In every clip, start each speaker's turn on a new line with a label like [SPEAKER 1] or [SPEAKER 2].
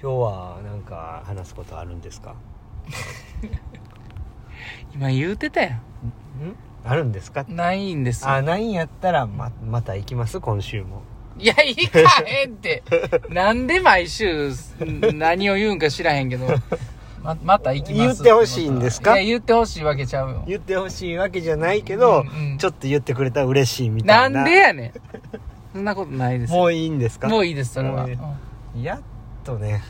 [SPEAKER 1] 今日はなんか話すことあるんですか
[SPEAKER 2] 今言うてたや
[SPEAKER 1] んあるんですか
[SPEAKER 2] んないんですよ
[SPEAKER 1] あないんやったらままた行きます今週も
[SPEAKER 2] いや行かへんって なんで毎週何を言うんか知らへんけどままた行きます
[SPEAKER 1] 言ってほしいんですか
[SPEAKER 2] いや言ってほしいわけちゃうよ
[SPEAKER 1] 言ってほしいわけじゃないけど、
[SPEAKER 2] うんうん
[SPEAKER 1] ちょっと言ってくれたら嬉しいみた
[SPEAKER 2] ない
[SPEAKER 1] なん
[SPEAKER 2] でやねんそんなことないです
[SPEAKER 1] も
[SPEAKER 2] よ
[SPEAKER 1] ういいんですか
[SPEAKER 2] もういいですそれは
[SPEAKER 1] もういいやっとね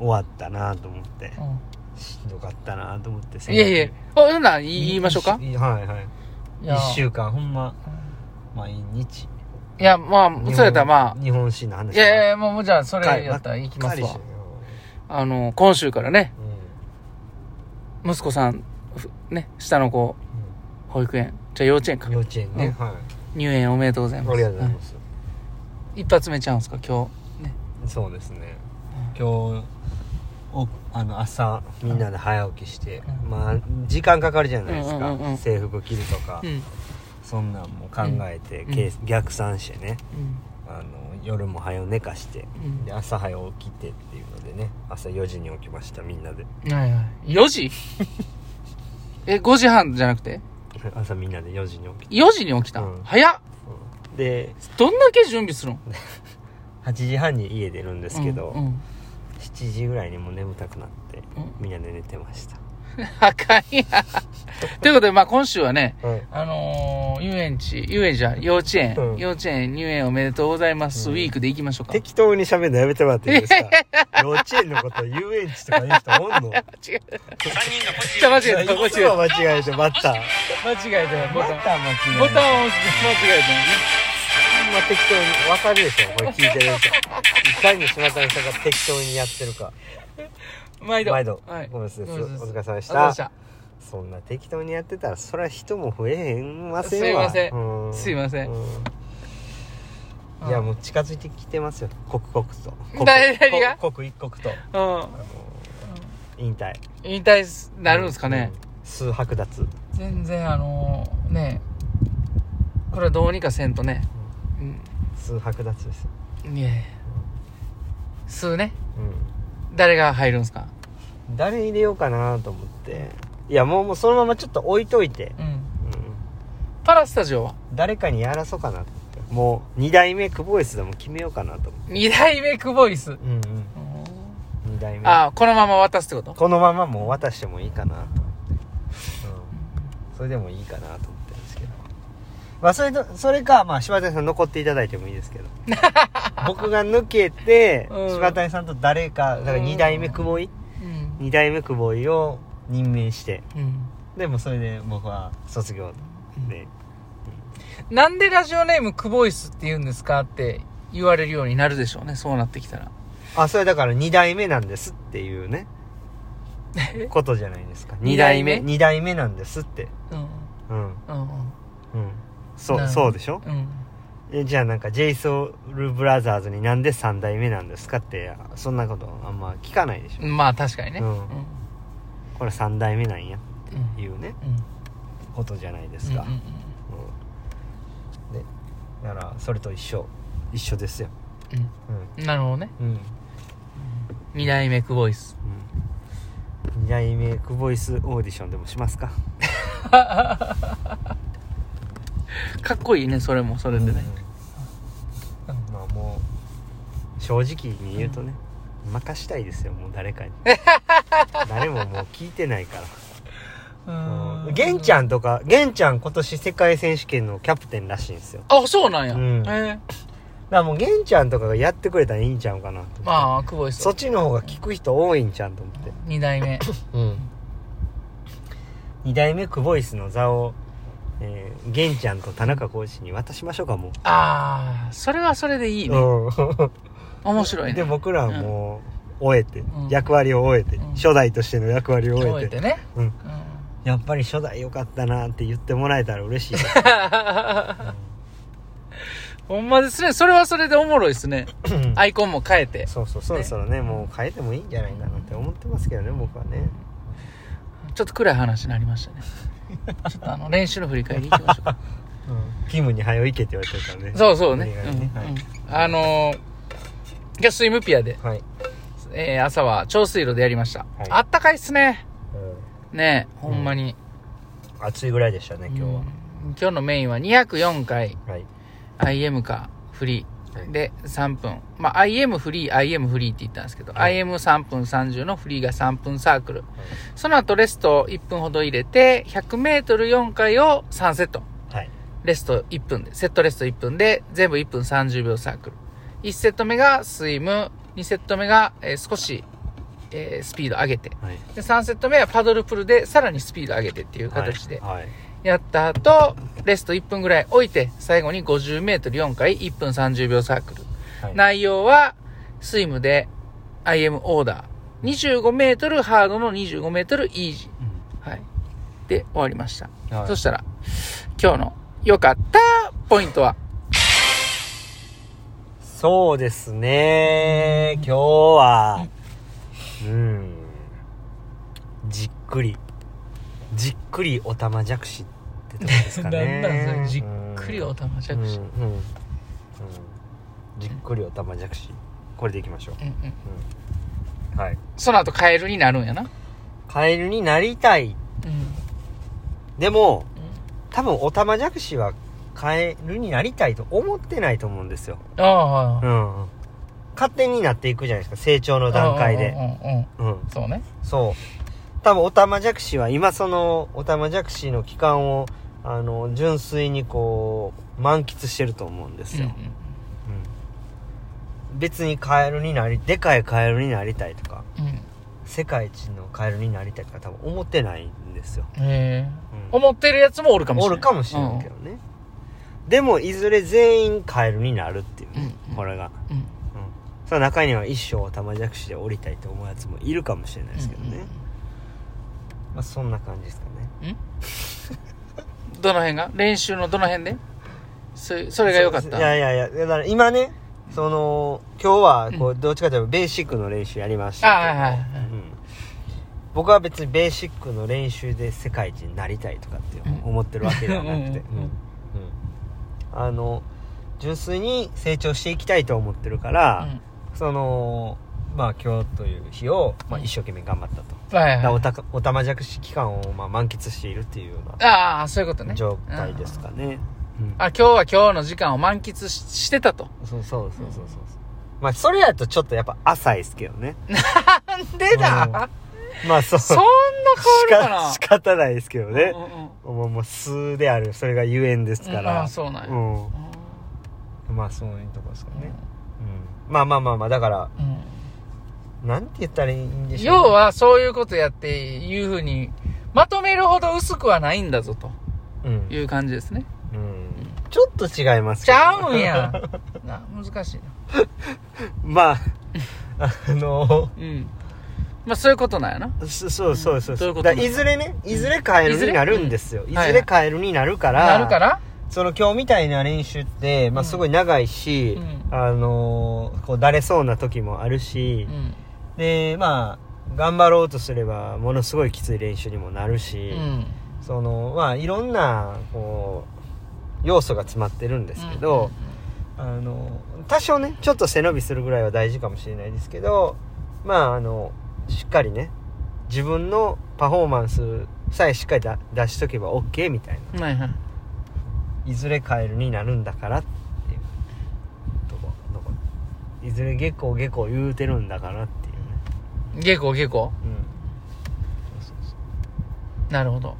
[SPEAKER 2] う
[SPEAKER 1] 終わったなと思って
[SPEAKER 2] んうんうん
[SPEAKER 1] しんどかったなと思って
[SPEAKER 2] いやいやほんなん言いましょうか
[SPEAKER 1] いいはいはい
[SPEAKER 2] いや
[SPEAKER 1] 1週間ほんま
[SPEAKER 2] うん
[SPEAKER 1] 毎日
[SPEAKER 2] いやまあそれやったらま
[SPEAKER 1] 日本史の
[SPEAKER 2] あ
[SPEAKER 1] 話
[SPEAKER 2] いやいやい
[SPEAKER 1] や
[SPEAKER 2] やもうもうじゃあそれやったら行きますわ
[SPEAKER 1] しよ
[SPEAKER 2] あの今週からね
[SPEAKER 1] ううん
[SPEAKER 2] 息子さんふね下の子保育園じゃあ幼稚園か
[SPEAKER 1] うん幼稚園ね、はいあ
[SPEAKER 2] 入園おめでとうござい
[SPEAKER 1] り
[SPEAKER 2] ま
[SPEAKER 1] が
[SPEAKER 2] す
[SPEAKER 1] とうございます、
[SPEAKER 2] はい一発目ちゃうんすか今日ね
[SPEAKER 1] そうですね
[SPEAKER 2] うん
[SPEAKER 1] 今日おあの朝みんなで早起きして、
[SPEAKER 2] うん
[SPEAKER 1] まあ時間かかるじゃないですか、
[SPEAKER 2] うんうんうん
[SPEAKER 1] 制服着るとか、
[SPEAKER 2] うん
[SPEAKER 1] そんなんも考えて、
[SPEAKER 2] うん
[SPEAKER 1] 計逆算してねあの夜も早寝かして
[SPEAKER 2] うん
[SPEAKER 1] で朝早起きてっていうのでね朝4時に起きましたみんなで
[SPEAKER 2] うんはいはい4時 え5時半じゃなくて
[SPEAKER 1] 朝みんなで4時に起きて、
[SPEAKER 2] 4時に起きた、
[SPEAKER 1] うん
[SPEAKER 2] 早っ
[SPEAKER 1] うんで
[SPEAKER 2] どんだけ準備するので
[SPEAKER 1] 8時半に家出るんですけど、
[SPEAKER 2] うんうん
[SPEAKER 1] 7時ぐらいにもう眠たくなって
[SPEAKER 2] うん
[SPEAKER 1] みんなで寝てました、
[SPEAKER 2] あかん やということでまあ今週はね
[SPEAKER 1] はい
[SPEAKER 2] あのー、遊園地遊園地じゃない幼稚園、
[SPEAKER 1] うん
[SPEAKER 2] 幼稚園入園おめでとうございます、
[SPEAKER 1] うん
[SPEAKER 2] ウィークでいきましょうか
[SPEAKER 1] 適当に喋るのやめてもらっていいですか幼稚園のこと遊園地とか言う人おんの
[SPEAKER 2] 違う。人のポジ間違えた、間違
[SPEAKER 1] いつも
[SPEAKER 2] え
[SPEAKER 1] 間違えてまた
[SPEAKER 2] た。間違えた、ボ
[SPEAKER 1] ま
[SPEAKER 2] タ
[SPEAKER 1] た
[SPEAKER 2] ン。
[SPEAKER 1] 間違えた
[SPEAKER 2] ボタンを押して間違え
[SPEAKER 1] まあ適当にわかるでしょこれ聞いてる人いかに島谷さんが適当にやってるか
[SPEAKER 2] た。毎度。
[SPEAKER 1] 毎度
[SPEAKER 2] はい。
[SPEAKER 1] ごめんなさい
[SPEAKER 2] ごめんな
[SPEAKER 1] お
[SPEAKER 2] さい
[SPEAKER 1] 疲れ様でし
[SPEAKER 2] お疲れ様で
[SPEAKER 1] たそんな適当にやってたらそりゃ人も増えへんませんわ
[SPEAKER 2] すいません
[SPEAKER 1] う
[SPEAKER 2] すいません
[SPEAKER 1] う
[SPEAKER 2] うん
[SPEAKER 1] いやもう近づいてきてますよ刻々と刻
[SPEAKER 2] 誰々が
[SPEAKER 1] 刻一刻とあ
[SPEAKER 2] う
[SPEAKER 1] の引退
[SPEAKER 2] ん。引退すなるんですかね。
[SPEAKER 1] うん数剥奪
[SPEAKER 2] 全然、あのー、ねこれはどうにかせんとね。
[SPEAKER 1] 数剥奪ですよ
[SPEAKER 2] うん。いやいや数ね。
[SPEAKER 1] うん
[SPEAKER 2] 誰が入るんですか
[SPEAKER 1] 誰入れようかなと思っていやもうもうそのままちょっと置いといて、
[SPEAKER 2] うん。
[SPEAKER 1] うん、
[SPEAKER 2] パラスタジオは
[SPEAKER 1] 誰かにやらそうかなってもう2代目クボイスでも決めようかなと思って
[SPEAKER 2] 二代目クボイス。
[SPEAKER 1] うんうん2代目
[SPEAKER 2] ああ、このまま渡すってこと
[SPEAKER 1] このままもう渡してもいいかなと思って、うん、それでもいいかなと思ってるんですけどまあそれとそれかまあ柴谷さん残っていただいてもいいです けど僕が抜けて、
[SPEAKER 2] うん
[SPEAKER 1] 柴谷さんと誰かだから2代目久保井
[SPEAKER 2] うん。
[SPEAKER 1] 2代目久保井を任命して
[SPEAKER 2] うん。
[SPEAKER 1] でもそれで僕は卒業で、
[SPEAKER 2] なんでラジオネームクボイスって言うんですかって言われるようになるでしょうね。そうなってきたら。
[SPEAKER 1] あそれだから2代目なんですっていうねことじゃないですか
[SPEAKER 2] 二代目
[SPEAKER 1] 2代目なんですって
[SPEAKER 2] うん。
[SPEAKER 1] うん
[SPEAKER 2] うん。
[SPEAKER 1] うん
[SPEAKER 2] な
[SPEAKER 1] そ
[SPEAKER 2] る
[SPEAKER 1] う
[SPEAKER 2] ほど
[SPEAKER 1] そうでしょ
[SPEAKER 2] うん。
[SPEAKER 1] えじゃあなんか j ソ o u l b r o t h e になんで3代目なんですかってそんなことあんま聞かないでしょ
[SPEAKER 2] まあ確かにね。
[SPEAKER 1] う
[SPEAKER 2] うんん。うん。
[SPEAKER 1] これ3代目なんやっていうね
[SPEAKER 2] うん。
[SPEAKER 1] ことじゃないですか
[SPEAKER 2] うんうん
[SPEAKER 1] うんでだからそれと一緒一緒ですよ
[SPEAKER 2] うんなるほどね。
[SPEAKER 1] うんうん
[SPEAKER 2] 二代目クボイス。
[SPEAKER 1] 2代目クボイスオーディションでもしますか
[SPEAKER 2] かっこいいね、それも、それでね。
[SPEAKER 1] うんまあもう正直に言うとね、任したいですよもう誰 かに誰ももう聞いてないから
[SPEAKER 2] う
[SPEAKER 1] うん玄ち
[SPEAKER 2] ん。
[SPEAKER 1] ゃんとか玄ちゃん今年世界選手権のキャプテンらしいんですよだか
[SPEAKER 2] あ、そうなんや。
[SPEAKER 1] うん
[SPEAKER 2] え
[SPEAKER 1] らもう玄ちゃんとかがやってくれたらいいんちゃうかなと思って
[SPEAKER 2] え。まあ、クボイス
[SPEAKER 1] そ。っちの方が聞く人多いんちゃうんと思って
[SPEAKER 2] 二代目。
[SPEAKER 1] うん2代目クボイスの座をえー玄ちゃんと田中コーチに渡しましょうかもう
[SPEAKER 2] ああ、それはそれでいいね。
[SPEAKER 1] うん
[SPEAKER 2] 面白い
[SPEAKER 1] で
[SPEAKER 2] ね。
[SPEAKER 1] 僕らはもう終えて、
[SPEAKER 2] うん
[SPEAKER 1] 役割を終えて、
[SPEAKER 2] うん
[SPEAKER 1] 初代としての役割を終えて
[SPEAKER 2] 覚えてね。
[SPEAKER 1] うん
[SPEAKER 2] うん
[SPEAKER 1] やっぱり初代良かったなって言ってもらえたら嬉しいです、
[SPEAKER 2] ほんま ですね。それはそれでおもろいですね。
[SPEAKER 1] うん
[SPEAKER 2] アイコンも変えて。
[SPEAKER 1] そうそうそろそろねもう変えてもいいんじゃないかなって思ってますけどね僕はね
[SPEAKER 2] ちょっと暗い話になりましたね。ちょっとあの、練習の振り返りいきましょ うか。
[SPEAKER 1] キムに「早よ行け」って言われてるからね
[SPEAKER 2] そうそうね。
[SPEAKER 1] 映画
[SPEAKER 2] う
[SPEAKER 1] にね
[SPEAKER 2] んうんあのー、今日スイムピアで、
[SPEAKER 1] はい、はい
[SPEAKER 2] ええー朝は長水路でやりました。
[SPEAKER 1] はい
[SPEAKER 2] あったかいっすね。
[SPEAKER 1] うん
[SPEAKER 2] ねえほんまに。
[SPEAKER 1] 暑いぐらいでしたね今日は、
[SPEAKER 2] うん今日のメインは204回
[SPEAKER 1] はい、
[SPEAKER 2] IM かフリ
[SPEAKER 1] はい
[SPEAKER 2] ーで3分。まあ、IM フリー、IM フリーって言ったんですけど、
[SPEAKER 1] はい
[SPEAKER 2] IM3 分30のフリーが3分サークル。その後レスト1分ほど入れて、100メートル4回を3セット。
[SPEAKER 1] はい、
[SPEAKER 2] レスト1分で、セットレスト1分で、全部1分30秒サークル。1セット目がスイム、2セット目が、えー少し、えースピード上げて。
[SPEAKER 1] はい、
[SPEAKER 2] で、3セット目はパドルプルで、さらにスピード上げてっていう形で
[SPEAKER 1] はい、はい
[SPEAKER 2] やった後、レスト1分ぐらい置いて、最後に50メートル4回、1分30秒サークル。
[SPEAKER 1] はい
[SPEAKER 2] 内容は、スイムで、IM オーダー。25メートルハードの25メートルイージ
[SPEAKER 1] う
[SPEAKER 2] ー。はい。で、終わりました。
[SPEAKER 1] んはい
[SPEAKER 2] そしたら、今日の良かったポイントは、
[SPEAKER 1] そうですね今日はうんじっくりじっくりおたまじゃくしってとこですかね
[SPEAKER 2] おたまじ
[SPEAKER 1] じうんうんうんじっくりおたまじゃくしこれでいきましょう、うんはい
[SPEAKER 2] その後カエルになるんやな。
[SPEAKER 1] カエルになりたいでも
[SPEAKER 2] うん。
[SPEAKER 1] 多分おたまじゃくしはカエルになりたいと思ってないと思うんですよ
[SPEAKER 2] ああ、
[SPEAKER 1] う
[SPEAKER 2] あ
[SPEAKER 1] ん勝手になっていくじゃないですか成長の
[SPEAKER 2] あ
[SPEAKER 1] 段階で
[SPEAKER 2] うんうんうん。
[SPEAKER 1] うん
[SPEAKER 2] そうね。
[SPEAKER 1] そう多分オタマジャクシは今そのオタマジャクシの期間をあの純粋にこう満喫してると思うんですよ、うん別にカエルになりでかいカエルになりたいとか
[SPEAKER 2] うん。うん。
[SPEAKER 1] 世界一のカエルになりたいとか多分思ってないんですよ、
[SPEAKER 2] へえ。
[SPEAKER 1] うん
[SPEAKER 2] 思ってるやつもおるかもし
[SPEAKER 1] お
[SPEAKER 2] れない。
[SPEAKER 1] るかもしれんけどね、でもいずれ全員カエルになるっていうね、
[SPEAKER 2] うん
[SPEAKER 1] これが
[SPEAKER 2] うん。うん。
[SPEAKER 1] その中には一生オタマジャクシで降りたいと思うやつもいるかもしれないですけどね、まあそんな感じですかね
[SPEAKER 2] うん。どの辺が練習のどの辺でそれそれが良かっ
[SPEAKER 1] そういや
[SPEAKER 2] た。
[SPEAKER 1] いやいや、だから今ね、その、今日は、こ
[SPEAKER 2] う
[SPEAKER 1] う、どっちかというとベーシックの練習やりまし
[SPEAKER 2] あ
[SPEAKER 1] た
[SPEAKER 2] あ、
[SPEAKER 1] けど。
[SPEAKER 2] はいは
[SPEAKER 1] う
[SPEAKER 2] いはい。
[SPEAKER 1] ん僕は別にベーシックの練習で世界一になりたいとかって
[SPEAKER 2] うん
[SPEAKER 1] 思ってるわけではなくて、
[SPEAKER 2] うんうんう
[SPEAKER 1] う
[SPEAKER 2] ん
[SPEAKER 1] んあの、純粋に成長していきたいと思ってるから、その、まあ今日という日を、まあ一生懸命頑張ったと。
[SPEAKER 2] うん。はい
[SPEAKER 1] だから
[SPEAKER 2] は
[SPEAKER 1] お
[SPEAKER 2] い。
[SPEAKER 1] たかおたまじゃくし期間をまあ満喫しているっていうよう
[SPEAKER 2] ああ、そういうことね。
[SPEAKER 1] な状態ですかね。うん
[SPEAKER 2] あ、今日は今日の時間を満喫ししてたと。
[SPEAKER 1] そうそうそうそうそうそうまあそれやとちょっとやっぱ浅いですけどね
[SPEAKER 2] なんでだ
[SPEAKER 1] まあそう
[SPEAKER 2] そんな変わるかな
[SPEAKER 1] 仕方ないですけどね
[SPEAKER 2] うんうんうん
[SPEAKER 1] もうもう素であるそれがゆえんですか
[SPEAKER 2] うんあ
[SPEAKER 1] ら
[SPEAKER 2] あそうなんや
[SPEAKER 1] ううんまあそういうとこですかね、うん、まあまあまあまあだから
[SPEAKER 2] うん
[SPEAKER 1] なんて言ったらいいんでしょう
[SPEAKER 2] 要はそういうことやっていうふうにまとめるほど薄くはないんだぞと
[SPEAKER 1] うん、
[SPEAKER 2] いう感じですね
[SPEAKER 1] うん、ちょっと違います
[SPEAKER 2] ち
[SPEAKER 1] けど
[SPEAKER 2] ゃうん やな難しいな
[SPEAKER 1] まああの
[SPEAKER 2] うんまあそういうことなんやな
[SPEAKER 1] そそうそうそう
[SPEAKER 2] どうい
[SPEAKER 1] そ
[SPEAKER 2] うこ
[SPEAKER 1] う
[SPEAKER 2] と
[SPEAKER 1] だからいずれねいずれカエルになるんですよい
[SPEAKER 2] ず
[SPEAKER 1] ず
[SPEAKER 2] れうん
[SPEAKER 1] れカエルになるから
[SPEAKER 2] なるから
[SPEAKER 1] その今日みたいな練習って、まあ、
[SPEAKER 2] うん
[SPEAKER 1] すごい長いし、
[SPEAKER 2] うん
[SPEAKER 1] あのーこうだれそうな時もある
[SPEAKER 2] う
[SPEAKER 1] し、
[SPEAKER 2] ん
[SPEAKER 1] でまあ頑張ろうとすればものすごいきつい練習にもなるし、
[SPEAKER 2] うん
[SPEAKER 1] そのまあいろんなこう要素が詰まってるんですけど、あの多少ねちょっと背伸びするぐらいは大事かもしれないですけどまああのしっかりね自分のパフォーマンスさえしっかりだ出しとけば OK みたいな。
[SPEAKER 2] うんはいはい
[SPEAKER 1] いずれカエルになるんだからっていうとこどこいずれ下校下校言うてるんだからっていうね
[SPEAKER 2] 下校下校
[SPEAKER 1] うんそうそうそ
[SPEAKER 2] なるほど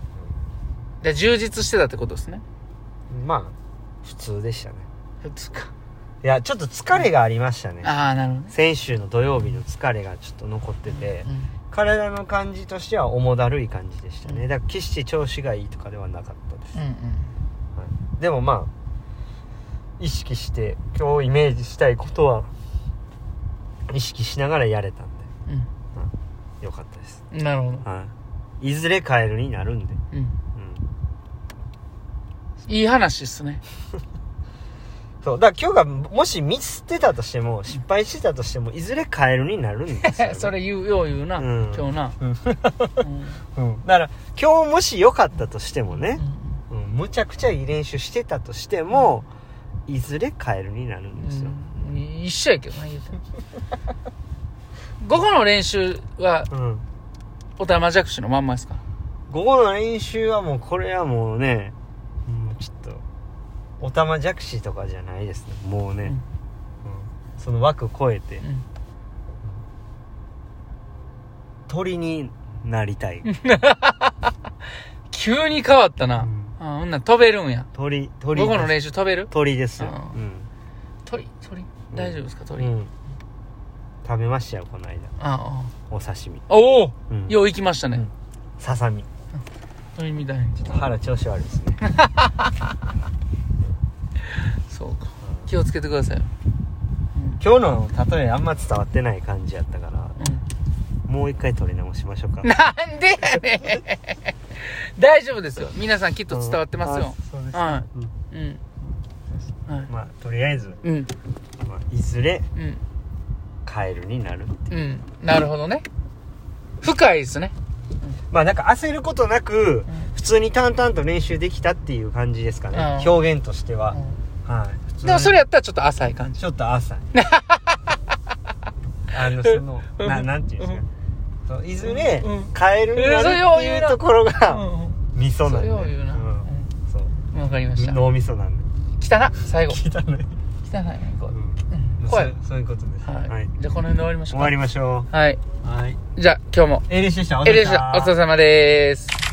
[SPEAKER 2] で充実してたってことですね
[SPEAKER 1] うまあ普通でしたね
[SPEAKER 2] 普通か
[SPEAKER 1] いやちょっと疲れがありましたね
[SPEAKER 2] ああなるほどね
[SPEAKER 1] 先週の土曜日の疲れがちょっと残ってて
[SPEAKER 2] うん
[SPEAKER 1] 体の感じとしては重だるい感じでしたねだから決して調子がいいとかではなかったです、
[SPEAKER 2] うんうん
[SPEAKER 1] はい、でもまあ意識して今日イメージしたいことは意識しながらやれたんでよかったです、
[SPEAKER 2] うんなるほど
[SPEAKER 1] はい、いずれカエルになるんで、
[SPEAKER 2] うん
[SPEAKER 1] うん、
[SPEAKER 2] いい話っすね、
[SPEAKER 1] そうだから今日がもしミスってたとしても失敗してたとしてもいずれカエルになるんですよ、ね
[SPEAKER 2] それ言うよう言うな、
[SPEAKER 1] うん
[SPEAKER 2] 今日な、
[SPEAKER 1] うん
[SPEAKER 2] うん
[SPEAKER 1] うん、だから今日もし良かったとしても
[SPEAKER 2] う
[SPEAKER 1] ね、
[SPEAKER 2] ん
[SPEAKER 1] うん、むちゃくちゃいい練習してたとしてもいずれカエルになるんですよ、
[SPEAKER 2] うん一緒やけどな言うて午後の練習は、
[SPEAKER 1] うん
[SPEAKER 2] おたまじゃくしのまんまですか
[SPEAKER 1] 午後の練習はもうこれはもうねもうちょっとおたまじゃくしとかじゃないですねもうね、
[SPEAKER 2] うん
[SPEAKER 1] うんその枠超えて
[SPEAKER 2] うん。
[SPEAKER 1] 鳥になりたい、
[SPEAKER 2] 急に変わったな。
[SPEAKER 1] うん
[SPEAKER 2] あ、ほんなら飛べるんや。
[SPEAKER 1] 鳥鳥
[SPEAKER 2] 午後の
[SPEAKER 1] です
[SPEAKER 2] 練習飛べる
[SPEAKER 1] 鳥ですよ、
[SPEAKER 2] あー鳥、鳥
[SPEAKER 1] ん
[SPEAKER 2] 大丈夫ですか
[SPEAKER 1] うん
[SPEAKER 2] 鳥。
[SPEAKER 1] う
[SPEAKER 2] あ
[SPEAKER 1] ん食べましたよこの間
[SPEAKER 2] あ。
[SPEAKER 1] お刺身、
[SPEAKER 2] おお
[SPEAKER 1] うん、
[SPEAKER 2] よう行きましたね。
[SPEAKER 1] ささみち
[SPEAKER 2] 鳥みたいに。
[SPEAKER 1] ょっと腹調子悪いです ね
[SPEAKER 2] そうか。気をつけてくださいよ。
[SPEAKER 1] 今日の例えあんま伝わってない感じやったから
[SPEAKER 2] うん。
[SPEAKER 1] もう一回撮り直しましょうか
[SPEAKER 2] なんで やねん大丈夫ですよ。皆さんきっと伝わってま
[SPEAKER 1] う
[SPEAKER 2] すよ。
[SPEAKER 1] んあそうですか
[SPEAKER 2] は
[SPEAKER 1] うん
[SPEAKER 2] い。うん。はい。
[SPEAKER 1] まあとりあえず、
[SPEAKER 2] うん。
[SPEAKER 1] まあ、いずれ
[SPEAKER 2] うん。
[SPEAKER 1] カエルになる
[SPEAKER 2] うん。なるほどね。深いですね。
[SPEAKER 1] まあなんか焦ることなく
[SPEAKER 2] うん
[SPEAKER 1] 普通に淡々と練習できたっていう感じですかね、
[SPEAKER 2] うん
[SPEAKER 1] 表現としては、はい普通に
[SPEAKER 2] でもそれやったらちょっと浅い感じ。
[SPEAKER 1] ちょっと 朝あのそのななんていうんですか、そういずれ
[SPEAKER 2] うん
[SPEAKER 1] カエルになるっていうところが
[SPEAKER 2] う
[SPEAKER 1] 味噌なんで、
[SPEAKER 2] それを言うな。
[SPEAKER 1] うんそうん
[SPEAKER 2] わかりました。
[SPEAKER 1] 脳みそなんで
[SPEAKER 2] 汚っ最後。
[SPEAKER 1] 汚い、
[SPEAKER 2] 汚い。こう
[SPEAKER 1] う、
[SPEAKER 2] うんん怖い
[SPEAKER 1] そうそういうことです
[SPEAKER 2] はい。
[SPEAKER 1] はい、
[SPEAKER 2] じゃあこの辺で終わりましょう
[SPEAKER 1] 終
[SPEAKER 2] か。
[SPEAKER 1] わりましょ
[SPEAKER 2] はい。
[SPEAKER 1] うはい
[SPEAKER 2] じゃあ今日も。
[SPEAKER 1] エリシでしたお疲
[SPEAKER 2] え
[SPEAKER 1] れ様
[SPEAKER 2] でした。お疲れ様です。